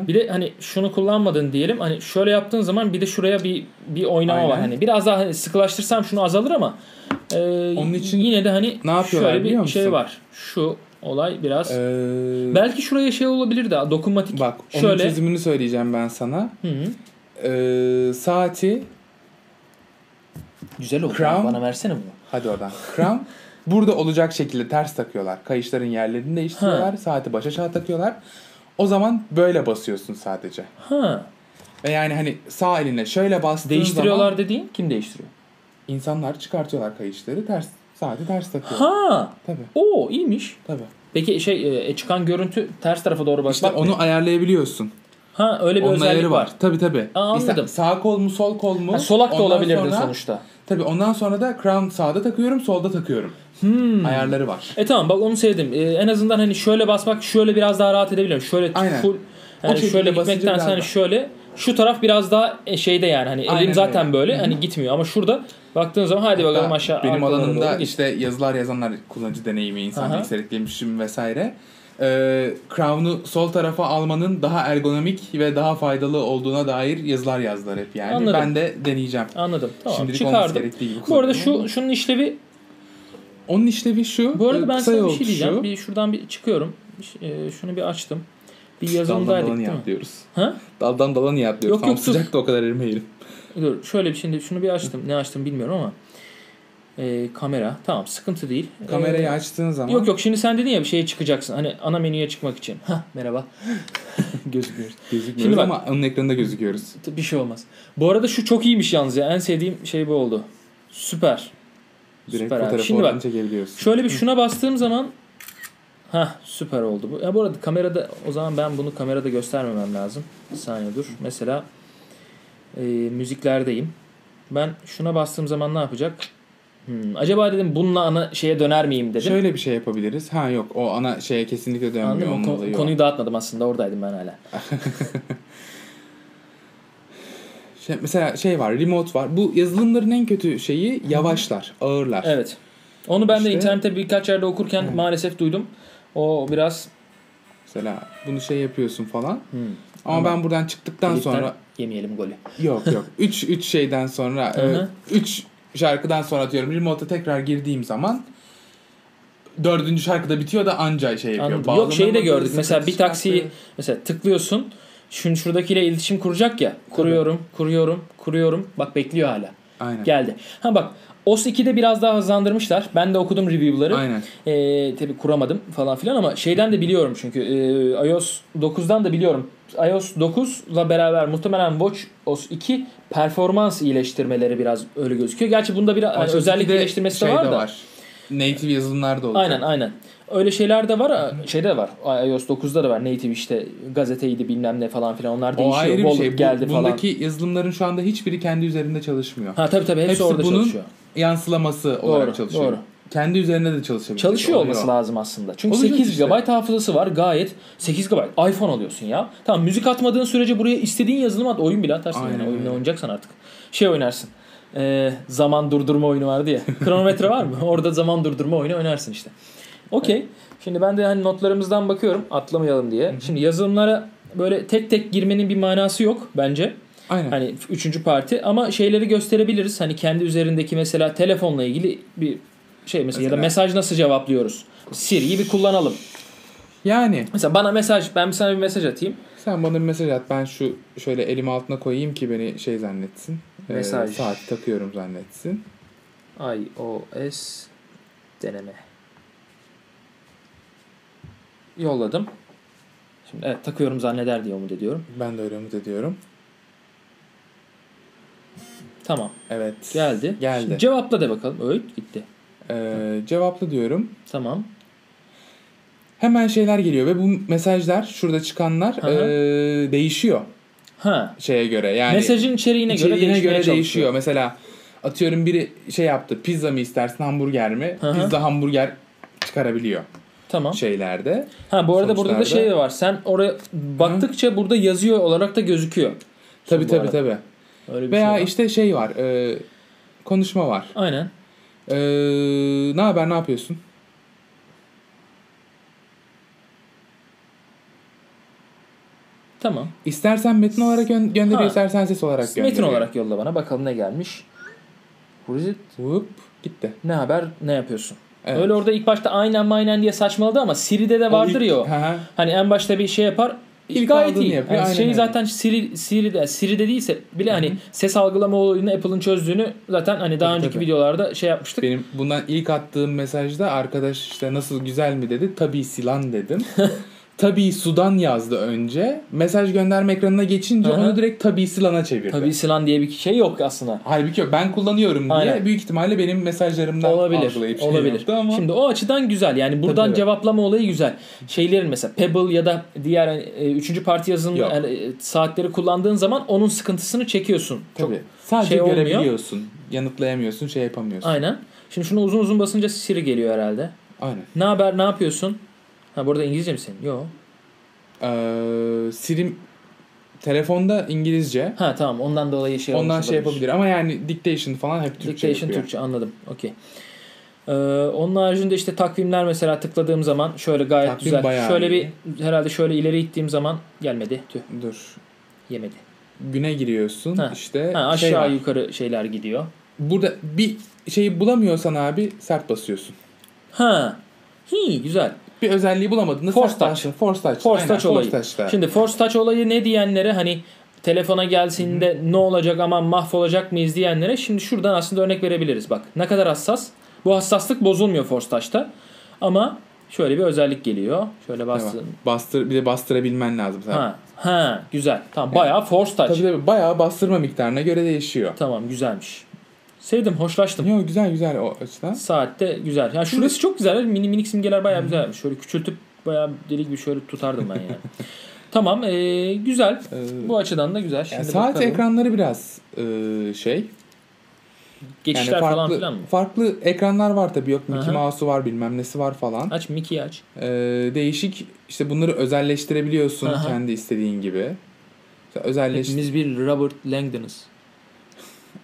A: Bir de hani şunu kullanmadın diyelim. Hani şöyle yaptığın zaman bir de şuraya bir bir oynama
B: Aynen.
A: var. Hani biraz daha hani sıkılaştırsam şunu azalır ama e,
B: Onun için
A: yine de hani
B: ne yapıyorlar
A: şöyle bir
B: biliyor
A: şey
B: musun?
A: var. Şu olay biraz
B: Ee,
A: belki şuraya şey olabilir de dokunmatik.
B: Bak onun
A: Şöyle.
B: çözümünü söyleyeceğim ben sana.
A: Hı hı.
B: Ee, saati
A: Güzel oldu.
B: Crown.
A: Bana versene bunu.
B: hadi oradan. Crown burada olacak şekilde ters takıyorlar. Kayışların yerlerini değiştiriyorlar. Saati baş aşağı takıyorlar. O zaman böyle basıyorsun sadece.
A: Ha.
B: Ve yani hani sağ eline şöyle bastığın
A: Değiştiriyorlar
B: zaman
A: dediğin kim değiştiriyor?
B: insanlar çıkartıyorlar kayışları ters saati ters takıyor.
A: Ha.
B: Tabii
A: Oo iyiymiş.
B: tabii.
A: Peki şey e, çıkan görüntü ters tarafa doğru bak.
B: İşte
A: bak-
B: onu ayarlayabiliyorsun.
A: ha öyle bir
B: Onun
A: özellik
B: ayarı
A: var.
B: var. Tabii tabii.
A: Aa,
B: İşte
A: anladım.
B: sağ kol mu sol kol mu?
A: Ha, solak da
B: Ondan
A: olabilirdin
B: sonra-
A: sonuçta.
B: Tabii ondan sonra da crown sağda takıyorum solda takıyorum. Ayarları var.
A: E tamam bak onu sevdim. E, en azından hani şöyle basmak şöyle biraz daha rahat edebilirim. Şöyle
B: Aynen.
A: full yani
B: şekilde
A: şöyle
B: basınca
A: gitmekten
B: biraz
A: hani
B: daha-
A: şöyle Şu taraf biraz daha e, şeyde yani hani elim
B: Aynen
A: zaten
B: öyle.
A: böyle hani gitmiyor ama şurada baktığın zaman hadi bakalım
B: Hatta
A: aşağı
B: Benim
A: arkalara
B: alanımda
A: doğru git.
B: işte yazılar yazanlar kullanıcı deneyimi, insan
A: Aha.
B: bilgisayar eklemişim vesaire. Ee, Crown'u sol tarafa almanın daha ergonomik ve daha faydalı olduğuna dair yazılar yazdılar hep yani.
A: Anladım.
B: Ben de deneyeceğim.
A: anladım. Tamam
B: Şimdilik olması
A: çıkardım.
B: gerektiği gibi
A: Bu arada
B: kullanıyorum.
A: şu şunun işlevi
B: Onun işlevi şu.
A: bu arada ben
B: Ee, kısa
A: sana bir
B: yol
A: şey diyeceğim.
B: şu.
A: Bir şuradan bir çıkıyorum. Ş- e, şunu bir açtım. Bir
B: Daldan
A: yazılımdaydık
B: dalanı
A: değil
B: yap
A: mi?
B: diyoruz.
A: Ha?
B: Daldan dalanı yap diyoruz.
A: Yok,
B: Tamam
A: yok, sus.
B: sıcak da o kadar erimeyelim.
A: Dur şöyle bir şimdi şunu bir açtım. Ne açtım bilmiyorum ama. Ee, kamera. Tamam sıkıntı değil. Ee,
B: Kamerayı açtığın zaman.
A: Yok yok şimdi sen dedin ya bir şeye çıkacaksın. Hani ana menüye çıkmak için. Hah merhaba. Gözüküyor.
B: Gözükmüyoruz
A: Şimdi bak.
B: ama onun ekranında gözüküyoruz.
A: Bir şey olmaz. Bu arada şu çok iyiymiş yalnız ya. En sevdiğim şey bu oldu. Süper.
B: Direkt
A: Süper abi.
B: fotoğrafı
A: Şimdi
B: oradan
A: bak.
B: çekebiliyoruz.
A: Şöyle bir şuna bastığım zaman ha süper oldu bu. Ya bu arada kamerada o zaman ben bunu kamerada göstermemem lazım. Bir saniye dur. Mesela e, müziklerdeyim. Ben şuna bastığım zaman ne yapacak? Hmm, acaba dedim bununla ana şeye döner miyim dedim.
B: Şöyle bir şey yapabiliriz. Ha yok o ana şeye kesinlikle dönmüyor.
A: Anladın mı?
B: onun
A: Ko-
B: olayı o.
A: konuyu dağıtmadım aslında oradaydım ben hala.
B: Şey- mesela şey var, remote var. Bu yazılımların en kötü şeyi yavaşlar, ağırlar.
A: Evet. Onu ben de
B: İşte-
A: internette birkaç yerde okurken
B: Hı.
A: maalesef duydum. O biraz
B: Mesela bunu şey yapıyorsun falan.
A: hmm,
B: Ama,
A: Ama
B: ben buradan çıktıktan
A: klipten
B: sonra
A: yemeyelim golü.
B: yok yok. 3 3 şeyden sonra
A: Hı hı.
B: 3 şarkıdan sonra atıyorum remote'a tekrar girdiğim zaman dördüncü şarkıda bitiyor da anca şey yapıyor.
A: Anladım. Yok şeyi de
B: Bağlanamadı,
A: gördük. Mesela
B: sıkıntı
A: bir taksiyi
B: çıkarttı.
A: mesela tıklıyorsun. Şun şuradakiyle iletişim kuracak ya. Kuruyorum, kuruyorum, kuruyorum. Bak bekliyor hala.
B: Aynen.
A: Geldi. Ha bak OS 2'de biraz daha hızlandırmışlar. Ben de okudum review'ları.
B: Aynen.
A: Ee, tabii kuramadım falan filan ama şeyden de biliyorum çünkü ee, iOS 9'dan da biliyorum. iOS 9'la beraber muhtemelen Watch OS 2 performans iyileştirmeleri biraz öyle gözüküyor. Gerçi bunda bir yani
B: Aslında
A: hani özellik
B: bir de
A: iyileştirmesi de
B: şey
A: var da.
B: Native yazılımlar da olacak.
A: Aynen aynen. Öyle şeyler de var. Şeyde de var. iOS 9'da da var. Native işte gazeteydi bilmem ne falan filan. Onlar
B: O
A: değişiyor.
B: ayrı bir
A: Bolluk
B: şey. Bu-
A: geldi falan.
B: Bundaki yazılımların şu anda hiçbiri kendi üzerinde çalışmıyor.
A: Ha tabii tabii hepsi,
B: Hepsi
A: orada
B: bunun
A: çalışıyor.
B: Yansılaması olarak
A: Doğru,
B: çalışıyor.
A: doğru.
B: Kendi üzerinde de çalışabilir.
A: Çalışıyor
B: Oluyor.
A: olması lazım aslında. Çünkü
B: Olacak
A: 8
B: işte.
A: GB hafızası var gayet. 8 GB iPhone alıyorsun ya. Tamam müzik atmadığın sürece buraya istediğin yazılım at. Oyun bile atarsın
B: Aynen
A: yani. Oyun ne
B: öyle.
A: oynayacaksan artık. Şey oynarsın. Ee, zaman durdurma oyunu vardı ya. Kronometre var mı? Orada zaman durdurma oyunu oynarsın işte. Okey. Şimdi ben de hani notlarımızdan bakıyorum atlamayalım diye. Şimdi yazılımlara böyle tek tek girmenin bir manası yok bence.
B: Aynen.
A: Hani üçüncü parti ama şeyleri gösterebiliriz. Hani kendi üzerindeki mesela telefonla ilgili bir şey mesela, ya da
B: Mesela-
A: mesaj nasıl cevaplıyoruz? Siri'yi bir kullanalım.
B: Yani
A: Mesela bana mesaj ben sana bir mesaj atayım.
B: sen bana bir mesaj at. Ben şu şöyle elimi altına koyayım ki beni şey zannetsin. Ee,
A: Mesaj.
B: saat takıyorum zannetsin.
A: iOS deneme. Yolladım. Şimdi evet takıyorum zanneder diye umut ediyorum.
B: Ben de öyle umut ediyorum.
A: Tamam
B: Evet.
A: geldi.
B: Geldi.
A: Şimdi cevapla de bakalım. Öğüt gitti.
B: Ee, cevaplı diyorum.
A: Tamam.
B: Hemen şeyler geliyor ve bu mesajlar şurada çıkanlar
A: Hı hı.
B: ee, değişiyor
A: Ha.
B: şeye göre. Yani
A: Mesajın içeriğine, göre,
B: İçeriğine
A: değişmeye
B: göre
A: çalışıyor.
B: değişiyor. Mesela atıyorum biri şey yaptı. Pizza mı istersin, hamburger mi?
A: Hı hı.
B: Pizza, hamburger çıkarabiliyor
A: Tamam.
B: şeylerde.
A: Ha bu arada burada da
B: Sonuçlarda-
A: şey de var. Sen oraya baktıkça burada yazıyor olarak da gözüküyor.
B: Tabii
A: bu
B: tabii
A: arada.
B: tabii.
A: Öyle bir
B: Veya
A: şey var.
B: işte şey var. e, konuşma var.
A: Aynen.
B: E, ne haber, ne yapıyorsun?
A: Tamam.
B: İstersen metin olarak gö- gönder,
A: Ha.
B: istersen ses olarak gönder.
A: Metin olarak yolla bana. Bakalım ne gelmiş. Who is it?
B: Hop, gitti.
A: Ne haber? Ne yapıyorsun?
B: Evet.
A: Öyle orada ilk başta aynen aynen diye saçmaladı ama Siri'de de vardır ya o.
B: Hı hı.
A: Hani en başta bir şey yapar.
B: İlk
A: gayet
B: aldığını
A: iyi.
B: yapıyor,
A: Yani
B: aynen
A: şeyi
B: öyle.
A: zaten Siri, Siri'de, Siri'de değilse bile hani ses algılama olayını Apple'ın çözdüğünü zaten hani daha
B: Tabii,
A: önceki
B: tabii.
A: videolarda şey yapmıştık.
B: Benim bundan ilk attığım mesajda arkadaş işte nasıl güzel mi dedi. Tabii Silan dedim. tabii Sudan yazdı önce. Mesaj gönderme ekranına geçince
A: Hı hı.
B: onu direkt Tabii Silan'a çevirdi.
A: Tabii Sinan diye bir şey yok aslında.
B: Halbuki yok, ben kullanıyorum diye
A: Aynen.
B: büyük ihtimalle benim mesajlarımdan
A: olabilir.
B: algılayıp şey
A: olabilir.
B: yaptı ama
A: Şimdi o açıdan güzel. Yani buradan
B: Tabii, tabii.
A: cevaplama olayı güzel. Şeylerin mesela Pebble ya da diğer e, üçüncü parti yazılım
B: Yok.
A: yani, e, saatleri kullandığın zaman onun sıkıntısını çekiyorsun. Çok-
B: tabii. sadece
A: şey olmuyor.
B: görebiliyorsun. Yanıtlayamıyorsun, şey yapamıyorsun.
A: Aynen. Şimdi şunu uzun uzun basınca Siri geliyor herhalde.
B: Aynen.
A: Ne haber? Ne yapıyorsun? Ha burada İngilizce mi senin? Yok.
B: Ee, Siri telefonda İngilizce.
A: Ha tamam ondan dolayı şey
B: Ondan
A: olmuş
B: şey
A: olabilir.
B: yapabilir ama yani dictation falan hep Türkçe
A: Dictation
B: yapıyor.
A: Türkçe anladım. Okey. Ee, onun haricinde işte takvimler mesela tıkladığım zaman şöyle gayet
B: Takvim
A: güzel.
B: bayağı
A: Şöyle
B: iyi.
A: bir herhalde şöyle ileri ittiğim zaman gelmedi. Tüh
B: Dur.
A: yemedi.
B: Güne giriyorsun
A: Ha.
B: işte.
A: Ha,
B: şey
A: aşağı
B: var.
A: yukarı şeyler gidiyor.
B: Burada bir şeyi bulamıyorsan abi sert basıyorsun.
A: Ha. Hi güzel.
B: Bir özelliği bulamadığında
A: Force
B: sert
A: touch.
B: basıyorsun. Force touch.
A: Force
B: Aynen,
A: touch olayı.
B: touch'ta.
A: Şimdi force touch olayı ne diyenlere hani telefona gelsin de ne olacak aman mahvolacak mıyız diyenlere şimdi şuradan aslında örnek verebiliriz bak. Ne kadar hassas. Bu hassaslık bozulmuyor force touch'ta. Ama şöyle bir özellik geliyor. Şöyle
B: Tamam.
A: bastım.
B: Bastır, bir de bastırabilmen lazım. zaten.
A: Ha. Ha, güzel. Tamam bayağı force touch.
B: Tabii tabii bayağı bastırma miktarına göre değişiyor.
A: Tamam güzelmiş. Sevdim, hoşlaştım.
B: Yo, güzel güzel o açıdan.
A: Saatte güzel. Yani şurası çok güzel. Hani Mini minik simgeler bayağı güzelmiş. Şöyle küçültüp bayağı deli gibi şöyle tutardım ben yani. tamam, ee, güzel.
B: Ee,
A: Bu açıdan da güzel. Şimdi
B: yani saat
A: bakalım.
B: ekranları biraz e, şey. Yani
A: geçişler
B: farklı,
A: falan filan mı?
B: farklı ekranlar var tabii. Yok
A: Aha.
B: Mickey Mouse'u var bilmem nesi var falan.
A: Aç Mickey'i aç.
B: Ee, değişik işte bunları özelleştirebiliyorsun
A: Aha.
B: kendi istediğin gibi. Mesela Özelleş,
A: Hepimiz bir Robert Langdon'ız.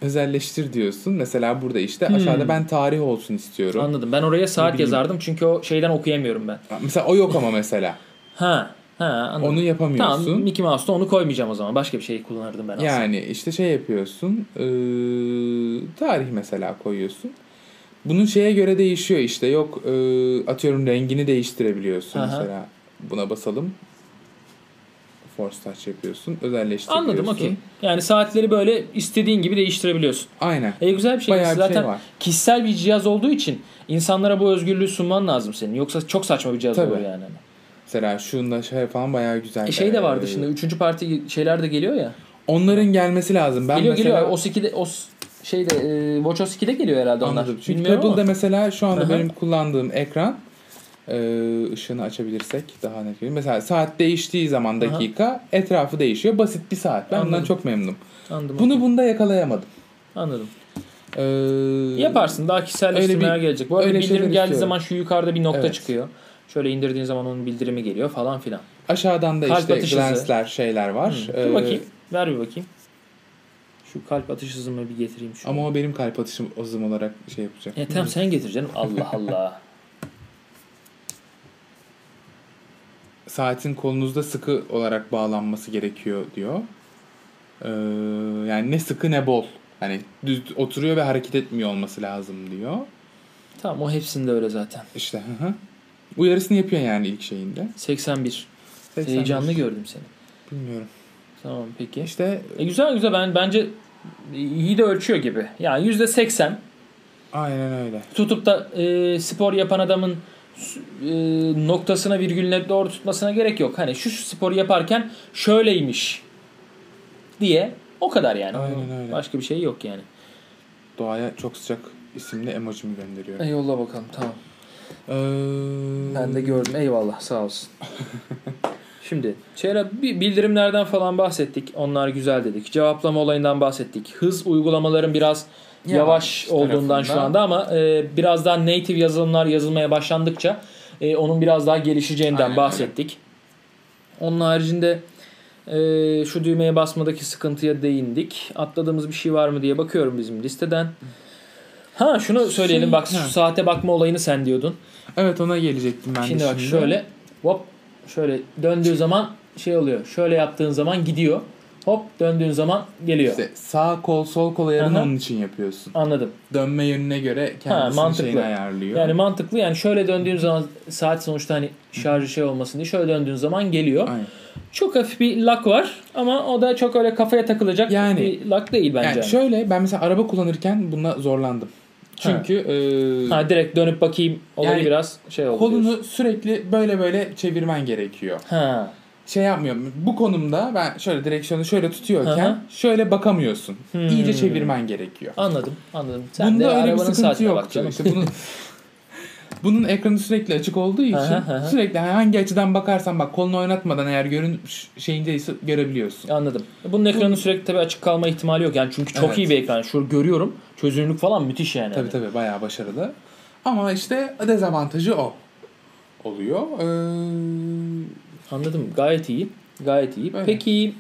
B: özelleştir diyorsun. Mesela burada işte
A: Hmm.
B: aşağıda ben tarih olsun istiyorum.
A: Anladım. Ben oraya saat
B: bileyim.
A: yazardım çünkü o şeyden okuyamıyorum ben.
B: Mesela o yok ama mesela.
A: Ha. Ha, anladım.
B: Onu yapamıyorsun.
A: Tamam, Mickey Mouse'da onu koymayacağım o zaman. Başka bir şey kullanırdım ben aslında.
B: Yani işte şey yapıyorsun. eee, tarih mesela koyuyorsun. Bunun şeye göre değişiyor işte. Yok eee, atıyorum rengini değiştirebiliyorsun
A: Aha.
B: mesela. Buna basalım. Force touch yapıyorsun. Özelleştiriyorsun.
A: Anladım, okey. Yani saatleri böyle istediğin gibi değiştirebiliyorsun.
B: Aynen.
A: E güzel bir şey.
B: Bayağı bir
A: Zaten
B: şey var.
A: kişisel bir cihaz olduğu için insanlara bu özgürlüğü sunman lazım senin. Yoksa çok saçma bir cihaz
B: Tabii.
A: olur yani.
B: Mesela şunda şey falan bayağı güzel.
A: E şey de vardı
B: Eee,
A: şimdi. Üçüncü parti şeyler de geliyor ya.
B: Onların gelmesi lazım. Ben
A: geliyor
B: mesela
A: geliyor. OS 2'de OS şeyde e, WatchOS 2'de geliyor herhalde onlar.
B: anladım. Çünkü
A: Bilmiyorum ama.
B: Pebble'da mesela şu anda
A: Aha.
B: benim kullandığım ekran eee, ışığını açabilirsek daha net görünüyor. Mesela saat değiştiği zaman dakika etrafı değişiyor. Basit bir saat. Ben bundan
A: Anladım.
B: çok memnunum.
A: Anladım.
B: Bunu bunda yakalayamadım. E,
A: Anladım.
B: Eee,
A: Yaparsın. Daha kişiselleştirmeler
B: Öyle bir-
A: gelecek. Bu arada
B: öyle
A: bildirim
B: şeyler
A: geldiği
B: istiyorum.
A: zaman şu yukarıda bir nokta
B: Evet.
A: çıkıyor. Şöyle indirdiğin zaman onun bildirimi geliyor falan filan.
B: Aşağıdan da
A: Kalp
B: işte
A: atış hızı.
B: glensler şeyler var. E, Ee,
A: Dur
B: Eee,
A: bakayım. Ver bir bakayım. Şu kalp atış hızımı bir getireyim. Şu
B: Ama o benim kalp atışım hızım olarak şey yapacak.
A: E tamam sen getir canım. Allah Allah.
B: Saatin kolunuzda sıkı olarak bağlanması gerekiyor diyor. Eee, yani ne sıkı ne bol. Hani düz oturuyor ve hareket etmiyor olması lazım diyor.
A: tamam o hepsinde öyle zaten.
B: İşte hı hı. Uyarısını yapıyor yani ilk şeyinde.
A: 81.
B: 81.
A: Heyecanlı gördüm seni.
B: Bilmiyorum.
A: Tamam peki.
B: İşte
A: E, güzel güzel ben bence iyi de ölçüyor gibi. Yani yüzde 80
B: aynen öyle.
A: tutup da e, spor yapan adamın e, noktasına virgülüne doğru tutmasına gerek yok. Hani şu, şu sporu yaparken şöyleymiş diye o kadar yani.
B: Aynen
A: Onun
B: öyle.
A: Başka bir şey yok yani.
B: Doğaya çok sıcak isimli emojimi gönderiyorum.
A: E, yolla bakalım tamam.
B: Ee,
A: Ben de gördüm. Eyvallah. Sağ olsun. Şimdi şeyler bi- bildirimlerden falan bahsettik. Onlar güzel dedik. Cevaplama olayından bahsettik. Hız uygulamaların biraz yavaş,
B: Yavaş
A: olduğundan
B: tarafından.
A: şu anda ama e, biraz daha native yazılımlar yazılmaya başlandıkça e, onun biraz daha gelişeceğinden
B: Aynen öyle.
A: bahsettik. Onun haricinde e, şu düğmeye basmadaki sıkıntıya değindik. Atladığımız bir şey var mı diye bakıyorum bizim listeden. Ha şunu söyleyelim
B: Şey-
A: bak şu
B: Ha.
A: saate bakma olayını sen diyordun.
B: Evet ona gelecektim ben de
A: Şimdi bak
B: şimdi.
A: şöyle hop şöyle döndüğü zaman şey oluyor. Şöyle yaptığın zaman gidiyor. Hop döndüğün zaman geliyor.
B: İşte sağ kol sol kol ayarını
A: Aha.
B: onun için yapıyorsun.
A: Anladım.
B: Dönme yönüne göre kendisini
A: mantıklı.
B: şeyini ayarlıyor.
A: Yani mantıklı yani şöyle döndüğün zaman saat sonuçta hani şarjı şey olmasın diye şöyle döndüğün zaman geliyor.
B: Aynen.
A: Çok hafif bir lak var ama o da çok öyle kafaya takılacak
B: Yani-
A: bir lak değil bence.
B: Yani
A: Yani
B: şöyle ben mesela araba kullanırken buna zorlandım. Çünkü ee,
A: ha, direkt dönüp bakayım olayı
B: Yani
A: biraz şey oldu. diyorsun.
B: kolunu sürekli böyle böyle çevirmen gerekiyor.
A: Ha.
B: şey yapmıyorum. Bu konumda ben şöyle direksiyonu şöyle tutuyorken
A: Aha.
B: şöyle bakamıyorsun.
A: Hmm.
B: İyice çevirmen gerekiyor.
A: Anladım, anladım. Sen
B: Bunda
A: de
B: öyle bir
A: arabanın
B: sıkıntı
A: saatine
B: yok.
A: bak canım.
B: İşte bunun bunun ekranı sürekli açık olduğu için
A: Aha, aha.
B: sürekli hani hangi açıdan bakarsan bak kolunu oynatmadan eğer görün şeyindeyse görebiliyorsun.
A: Anladım. Bunun ekranı sürekli tabii açık kalma ihtimali yok. Yani çünkü çok
B: Evet.
A: iyi bir ekran. Şu görüyorum. Çözünürlük falan müthiş yani.
B: Tabii tabii bayağı başarılı. Ama işte dezavantajı o oluyor. Ee,
A: Anladım. Gayet iyi. Gayet iyi.
B: Öyle.
A: Peki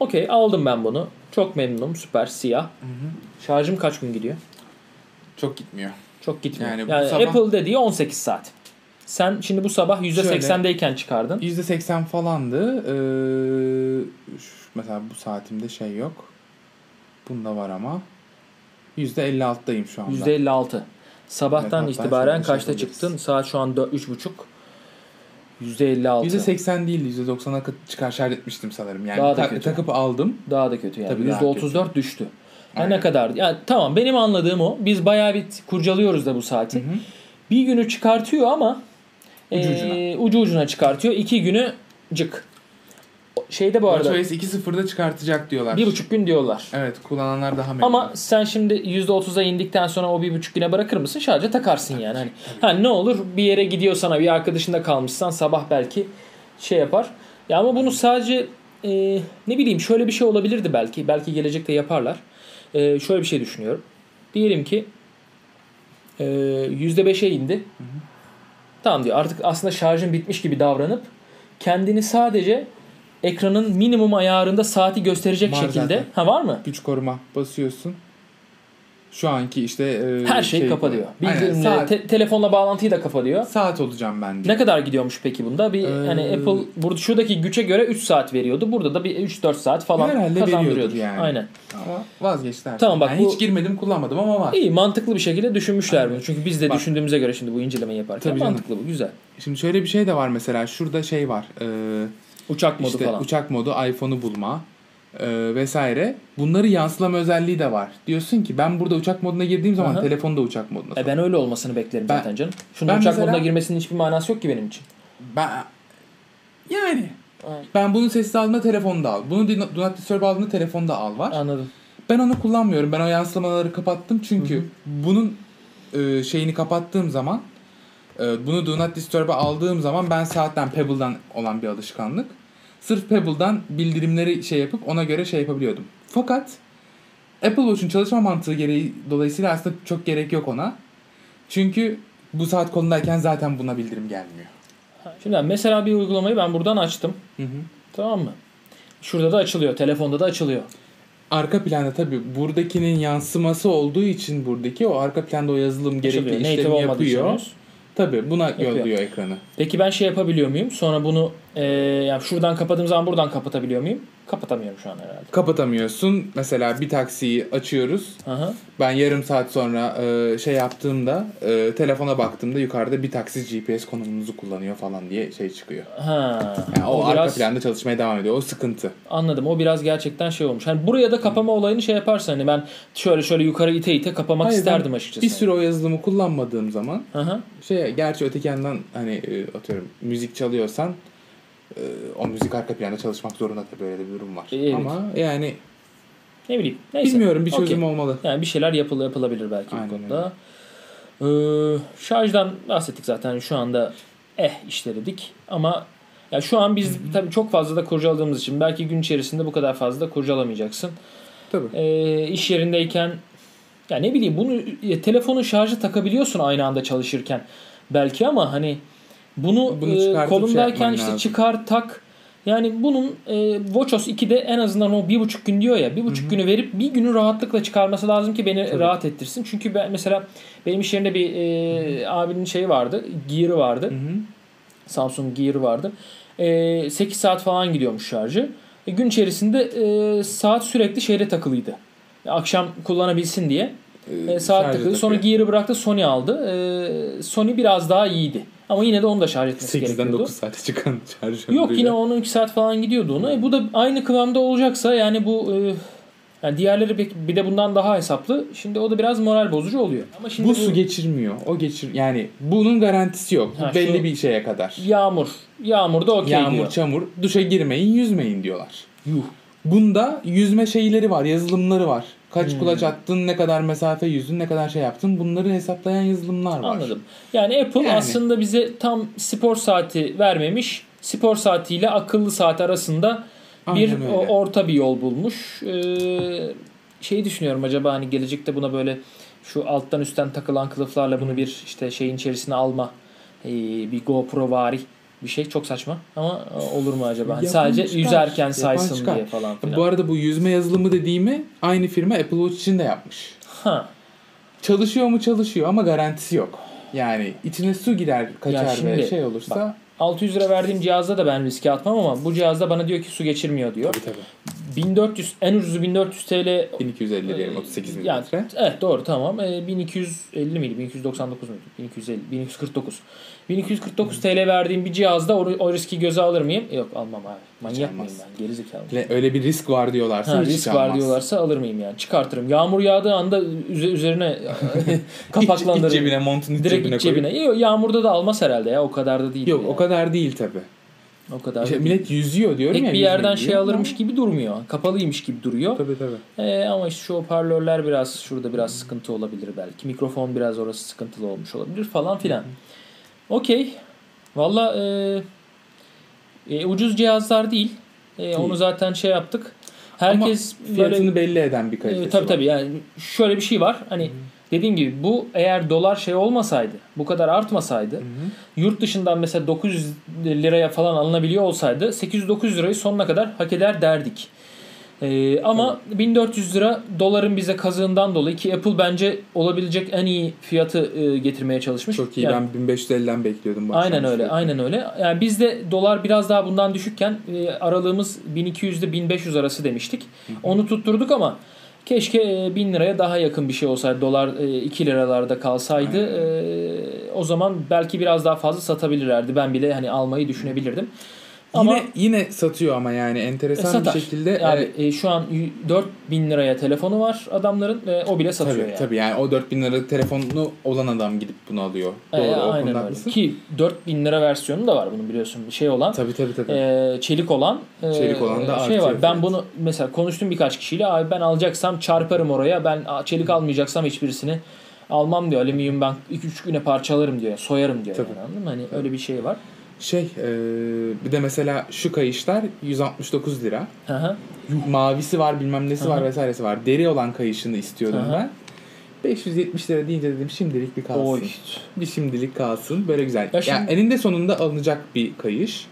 A: Okey aldım ben bunu. Çok memnunum. Süper siyah. Şarjım kaç gün gidiyor?
B: Çok gitmiyor.
A: Çok gitmiyor.
B: Yani
A: Yani,
B: bu sabah-
A: Apple dediği 18 saat. Sen şimdi bu sabah %80'deyken çıkardın.
B: %80 falandı. Ee, şu- mesela bu saatimde şey yok. Bunda var ama. %56'dayım şu anda.
A: %56. Sabahtan
B: Evet, hatta
A: itibaren
B: şimdi
A: kaçta
B: şey
A: çıktın? Saat şu an 3.30. %56.
B: %80 değil %90'a kı- çıkar şart etmiştim sanırım. Yani
A: Daha da
B: ta-
A: kötü.
B: takıp aldım.
A: Daha da kötü yani.
B: Tabii daha
A: %34 düştü. Ya
B: Aynen.
A: ne kadar? Ya tamam benim anladığım o. Biz bayağı bir kurcalıyoruz da bu saati.
B: Hı hı.
A: Bir günü çıkartıyor ama
B: Ucu
A: eee, ucu ucuna çıkartıyor. İki günü cık. O- Şeyde bu arada
B: WatchOS 2.0'da çıkartacak diyorlar.
A: bir buçuk gün diyorlar.
B: Evet kullananlar daha memnun.
A: Ama sen şimdi %30'a indikten sonra o bir buçuk güne bırakır mısın? Şarja takarsın yani. Hani, ha ne olur bir yere gidiyorsan bir arkadaşında kalmışsan sabah belki şey yapar. Ya ama bunu sadece e, ne bileyim şöyle bir şey olabilirdi belki. Belki gelecekte yaparlar. E, şöyle bir şey düşünüyorum. Diyelim ki e, %5'e indi. Tamam diyor artık aslında şarjın bitmiş gibi davranıp kendini sadece ekranın minimum ayarında saati gösterecek
B: Var
A: şekilde.
B: zaten.
A: Ha var mı?
B: Güç koruma basıyorsun. Şu anki işte e,
A: Her şeyi
B: şey-
A: kapa diyor.
B: Aynen,
A: Bildirimleri,
B: saat,
A: te- telefonla bağlantıyı da kapa diyor.
B: saat olacağım ben diyor.
A: Ne kadar gidiyormuş peki bunda? Bir
B: Ee,
A: hani Apple burada şuradaki güçe göre 3 saat veriyordu. Burada da bir 3-4 saat falan
B: Herhalde
A: kazandırıyordu.
B: veriyordur yani.
A: Aynen.
B: Ama vazgeçtiler.
A: Tamam bak
B: Yani
A: bu-
B: hiç girmedim kullanmadım ama var.
A: İyi mantıklı bir şekilde düşünmüşler
B: Aynen.
A: bunu. Çünkü biz de
B: Bak.
A: düşündüğümüze göre şimdi bu incelemeyi yaparken
B: Tabii canım.
A: mantıklı bu. Güzel.
B: Şimdi şöyle bir şey de var mesela şurada şey var. E,
A: Uçak modu
B: işte
A: falan.
B: uçak modu, iPhone'u bulma e, vesaire. Bunları yansılama özelliği de var. Diyorsun ki ben burada uçak moduna girdiğim zaman
A: Aha.
B: telefonda uçak moduna.
A: E ben öyle olmasını beklerim
B: Ben-
A: zaten canım. Şunun
B: ben
A: uçak
B: mesela-
A: moduna girmesinin hiçbir manası yok ki benim için.
B: Ben yani
A: Aynen.
B: ben bunu sessiz aldığımda telefonda al. Bunu Do Do Not Disturb aldığımda telefonda al var.
A: Anladım.
B: Ben onu kullanmıyorum. Ben o yansılamaları kapattım çünkü bunun e, şeyini kapattığım zaman e, bunu Do Not Disturb'a aldığım zaman ben saatten Pebble'dan olan bir alışkanlık. Sırf Pebble'dan bildirimleri şey yapıp ona göre şey yapabiliyordum. Fakat Apple Watch'un çalışma mantığı gereği dolayısıyla aslında çok gerek yok ona. Çünkü bu saat konudayken zaten buna bildirim gelmiyor.
A: Şimdi mesela bir uygulamayı ben buradan açtım. Tamam mı? Şurada da açılıyor. Telefonda da açılıyor.
B: Arka planda tabii buradakinin yansıması olduğu için buradaki o arka planda o yazılım gerekli
A: Açılıyor. Native
B: işlemi
A: olmadığı için
B: yapıyor.
A: henüz.
B: Tabii buna
A: Yapıyor.
B: yolluyor ekranı.
A: Peki ben şey yapabiliyor muyum? Sonra bunu eee, yani şuradan kapadığım zaman buradan kapatabiliyor muyum? Kapatamıyorum şu an herhalde.
B: Kapatamıyorsun. Mesela bir taksiyi açıyoruz.
A: Aha.
B: Ben yarım saat sonra e, şey yaptığımda e, telefona baktığımda yukarıda bir taksi GPS konumunuzu kullanıyor falan diye şey çıkıyor.
A: Ha.
B: Yani o,
A: o,
B: arka
A: biraz
B: planda çalışmaya devam ediyor. O sıkıntı.
A: anladım. O biraz gerçekten şey olmuş. Hani buraya da kapama olayını şey yaparsan hani ben şöyle şöyle yukarı ite ite kapamak
B: Hayır, ben
A: isterdim açıkçası.
B: Bir süre o yazılımı kullanmadığım zaman
A: Aha.
B: şey gerçi öteki yandan hani e, atıyorum müzik çalıyorsan e, o müzik arka planda çalışmak zorunda tabii böyle de bir durum var.
A: Evet.
B: Ama yani
A: Ne bileyim. Neyse.
B: bilmiyorum bir
A: Okey.
B: çözüm olmalı.
A: Yani bir şeyler yapıl yapılabilir belki
B: Aynen
A: bu konuda. Ee, şarjdan bahsettik zaten şu anda eh işledik ama ya şu an biz tabii çok fazla da kurcaladığımız için belki gün içerisinde bu kadar fazla da kurcalamayacaksın.
B: Tabii.
A: Ee, iş yerindeyken ya ne bileyim bunu ya, telefonun şarjı takabiliyorsun aynı anda çalışırken belki ama hani bunu,
B: Bunu
A: e,
B: çıkartıp şey
A: kolumdayken
B: yapman
A: işte
B: lazım.
A: çıkar tak yani bunun e, WatchOS 2'de en azından o bir buçuk gün diyor ya bir buçuk günü verip bir günü rahatlıkla çıkarması lazım ki beni
B: Tabii.
A: rahat ettirsin. Çünkü ben mesela benim iş yerinde bir e, abinin şeyi vardı Gear'ı vardı.
B: Hı hı.
A: Samsung Gear vardı. E, 8 saat falan gidiyormuş şarjı. E, gün içerisinde e, saat sürekli şeyde takılıydı. E, akşam kullanabilsin diye. E, saat
B: şarjı
A: takılı. Sonra
B: takıyor.
A: Gear'ı bıraktı Sony aldı. E, Sony biraz daha iyiydi. Ama yine de onu da şarj etmesi
B: 8'den
A: gerekiyordu.
B: 9 saate çıkan şarj
A: Yok
B: ömrüyle.
A: yine 10-12 saat falan gidiyordu onu. E, bu da aynı kıvamda olacaksa yani bu e, yani diğerleri bir- bir de bundan daha hesaplı. Şimdi o da biraz moral bozucu oluyor. Ama şimdi
B: bu su geçirmiyor. O geçir yani bunun garantisi yok. Bu
A: Ha,
B: belli
A: şu-
B: bir şeye kadar.
A: yağmur. Yağmur da okey diyor.
B: Yağmur, çamur, duşa girmeyin, yüzmeyin diyorlar. Bunda yüzme şeyleri var, yazılımları var. Kaç
A: Hmm.
B: kulaç attın, ne kadar mesafe yüzdün, ne kadar şey yaptın. Bunları hesaplayan yazılımlar var.
A: Anladım. Yani Apple
B: Yani.
A: aslında bize tam spor saati vermemiş. Spor saatiyle akıllı saat arasında bir
B: Aynen öyle.
A: o- orta bir yol bulmuş. Ee, şeyi düşünüyorum acaba hani gelecekte buna böyle şu alttan üstten takılan kılıflarla bunu bir işte şeyin içerisine alma ee, bir GoPro vari bir şey çok saçma ama e, olur mu acaba? Hani
B: Yapan
A: sadece
B: çıkar,
A: yüzerken
B: yapan
A: saysın
B: çıkar.
A: diye falan filan.
B: E, Bu arada bu yüzme yazılımı dediğimi aynı firma Apple Watch için de yapmış.
A: ha.
B: Çalışıyor mu çalışıyor ama garantisi yok. Yani içine su girer, kaçar
A: şimdi
B: ve şey olursa...
A: bak, 600 lira verdiğim cihazda da ben riske atmam ama bu cihazda bana diyor ki su geçirmiyor diyor.
B: Tabii tabii.
A: 1400 en ucuzu 1400 TL
B: 1250
A: e,
B: diyelim 38
A: Yani,
B: mililitre.
A: evet doğru tamam. Ee, 1250 miydi? 1299 muydu? 1250, 1249. 1249 TL verdiğim bir cihazda o, o riski göze alır mıyım? Yok almam abi. Manyak mıyım
B: almaz.
A: ben? Gerizekalı. mıyım?
B: Ve Hani Öyle bir risk var diyorlarsa
A: Ha,
B: hiç
A: risk var
B: almaz.
A: diyorlarsa alır mıyım yani? Çıkartırım. Yağmur yağdığı anda üze- üzerine
B: İç- iç
A: kapaklandırırım.
B: cebine montun iç
A: Direkt
B: cebine,
A: iç cebine. Yok, yağmurda da almaz herhalde ya. O kadar da değil.
B: koyuyor. Yok
A: yani.
B: o kadar değil tabi.
A: O kadar. da
B: İşte
A: değil.
B: millet yüzüyor diyorum
A: Pek
B: ya.
A: bir
B: yüzme
A: yerden
B: diyor.
A: şey alırmış gibi durmuyor. Kapalıymış gibi duruyor.
B: Tabii tabii.
A: Ee, ama işte şu hoparlörler biraz şurada biraz sıkıntı olabilir belki. Mikrofon biraz orası sıkıntılı olmuş olabilir falan filan. Okey. Valla e, e, ucuz cihazlar değil. E, onu zaten şey yaptık. Herkes böyle
B: Fiyatını belli eden bir kalitesi
A: e, tabii
B: var.
A: tabii yani şöyle bir şey var. Hani dediğim gibi bu eğer dolar şey olmasaydı, bu kadar artmasaydı
B: hı.
A: yurt dışından mesela 900 liraya falan alınabiliyor olsaydı 800-900 lirayı sonuna kadar hak eder derdik. E, ama 1400 lira doların bize kazığından dolayı ki Apple bence olabilecek en iyi fiyatı e, getirmeye çalışmış.
B: Çok iyi
A: Yani-
B: ben 1550'den bekliyordum.
A: Aynen öyle, aynen öyle. Yani bizde dolar biraz daha bundan düşükken e, aralığımız 1200 ile 1500 arası demiştik. Onu tutturduk ama keşke e, 1000 liraya daha yakın bir şey olsaydı. Dolar e, 2 liralarda kalsaydı. e, O zaman belki biraz daha fazla satabilirlerdi. Ben bile hani almayı düşünebilirdim. Ama
B: Yine, yine satıyor ama yani enteresan
A: satar.
B: bir şekilde.
A: yani
B: e,
A: e, şu an y- 4000 liraya telefonu var adamların. e, O bile satıyor
B: tabii
A: yani.
B: tabii yani o 4000 lira telefonu olan adam gidip bunu alıyor.
A: E,
B: Doğru o
A: aynen
B: konuda
A: öyle.
B: haklısın.
A: Ki 4000 lira versiyonu da var bunun biliyorsun. Şey olan.
B: Tabii tabii tabii.
A: Ee, çelik olan e,
B: Çelik olan da
A: şey
B: artıyor
A: var. Ben
B: fiyatı.
A: bunu mesela konuştum birkaç kişiyle. Abi ben alacaksam çarparım oraya. Ben a, çelik almayacaksam hiçbirisini almam diyor. Alüminyum ben 2-3 güne parçalarım diyor. Soyarım diyor.
B: Tabii.
A: Yani, anladın mı? Hani öyle bir şey var.
B: Şey e, bir de mesela şu kayışlar 169 lira.
A: Hı hı.
B: Mavisi var bilmem nesi
A: Hı hı.
B: var vesairesi var. Deri olan kayışını istiyordum
A: Hı hı.
B: ben. 570 lira deyince dedim şimdilik bir kalsın.
A: Oy.
B: Bir şimdilik kalsın. Böyle güzel.
A: Ya
B: Ya
A: şimdi-
B: eninde sonunda alınacak bir kayış.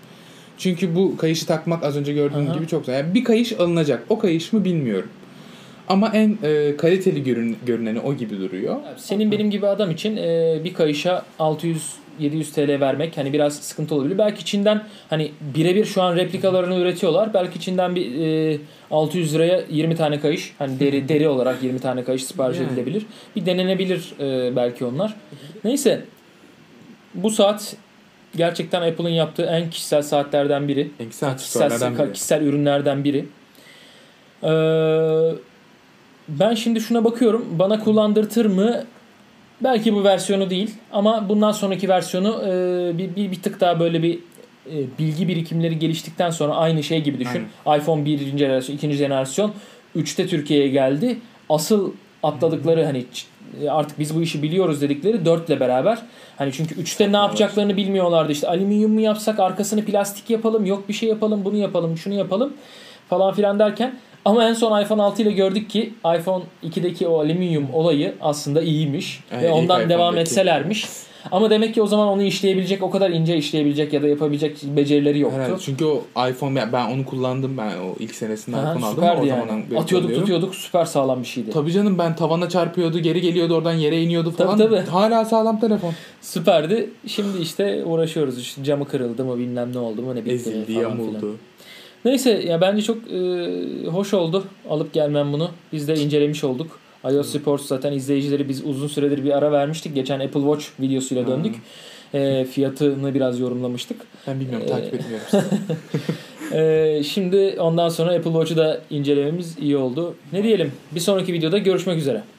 B: Çünkü bu kayışı takmak az önce gördüğünüz
A: Hı hı.
B: gibi çok zor. Yani bir kayış alınacak. O kayış mı bilmiyorum. Ama en e, kaliteli görün, görüneni o gibi duruyor.
A: Senin benim gibi adam için e, bir kayışa 600 700 TL vermek hani biraz sıkıntı olabilir. Belki Çin'den hani birebir şu an replikalarını üretiyorlar. Belki Çin'den bir e, 600 liraya 20 tane kayış hani deri deri olarak 20 tane kayış sipariş
B: Yani.
A: edilebilir. Bir denenebilir e, belki onlar. Neyse bu saat gerçekten Apple'ın yaptığı en kişisel saatlerden biri.
B: En güzel
A: Kişisel,
B: aksesuarlardan biri.
A: kişisel ürünlerden biri. Ee, ben şimdi şuna bakıyorum. Bana kullandırtır mı? Belki bu versiyonu değil. Ama bundan sonraki versiyonu e, bir, bir, bir tık daha böyle bir e, bilgi birikimleri geliştikten sonra aynı şey gibi düşün. iPhone 1. jenerasyon, 2. jenerasyon 3'te Türkiye'ye geldi. Asıl atladıkları hani ç- e, artık biz bu işi biliyoruz dedikleri 4 ile beraber. Hani çünkü 3'te ne yapacaklarını bilmiyorlardı. İşte alüminyum mu yapsak, arkasını plastik yapalım, yok bir şey yapalım, bunu yapalım, şunu yapalım falan filan derken ama en son iPhone 6 ile gördük ki iPhone 2'deki o alüminyum olayı aslında iyiymiş
B: Yani
A: ve
B: ilk
A: ondan devam
B: iPhone'daki.
A: etselermiş. Ama demek ki o zaman onu işleyebilecek, o kadar ince işleyebilecek ya da yapabilecek becerileri yoktu.
B: Herhalde. Çünkü o iPhone ya ben onu kullandım ben o ilk senesinde
A: Aha,
B: iPhone aldım. ama
A: süperdi
B: O
A: yani.
B: zamandan beri
A: Atıyorduk
B: kullanıyorum.
A: tutuyorduk süper sağlam bir şeydi.
B: Tabii canım ben tavana çarpıyordu, geri geliyordu oradan yere iniyordu falan.
A: Tabii, tabii.
B: Hala sağlam telefon.
A: Süperdi. Şimdi işte uğraşıyoruz. İşte camı kırıldı mı bilmem ne oldu mu ne bitti
B: Ezildi,
A: mi falan filan.
B: yamuldu.
A: Neyse ya bence çok e, hoş oldu alıp gelmem bunu. Biz de incelemiş olduk. iOS Sports zaten izleyicileri biz uzun süredir bir ara vermiştik. Geçen Apple Watch videosuyla
B: Hı.
A: döndük. E, fiyatını biraz yorumlamıştık.
B: Ben bilmiyorum,
A: Ee,
B: takip etmiyorum.
A: E, şimdi ondan sonra Apple Watch'u da incelememiz iyi oldu. Ne diyelim? Bir sonraki videoda görüşmek üzere.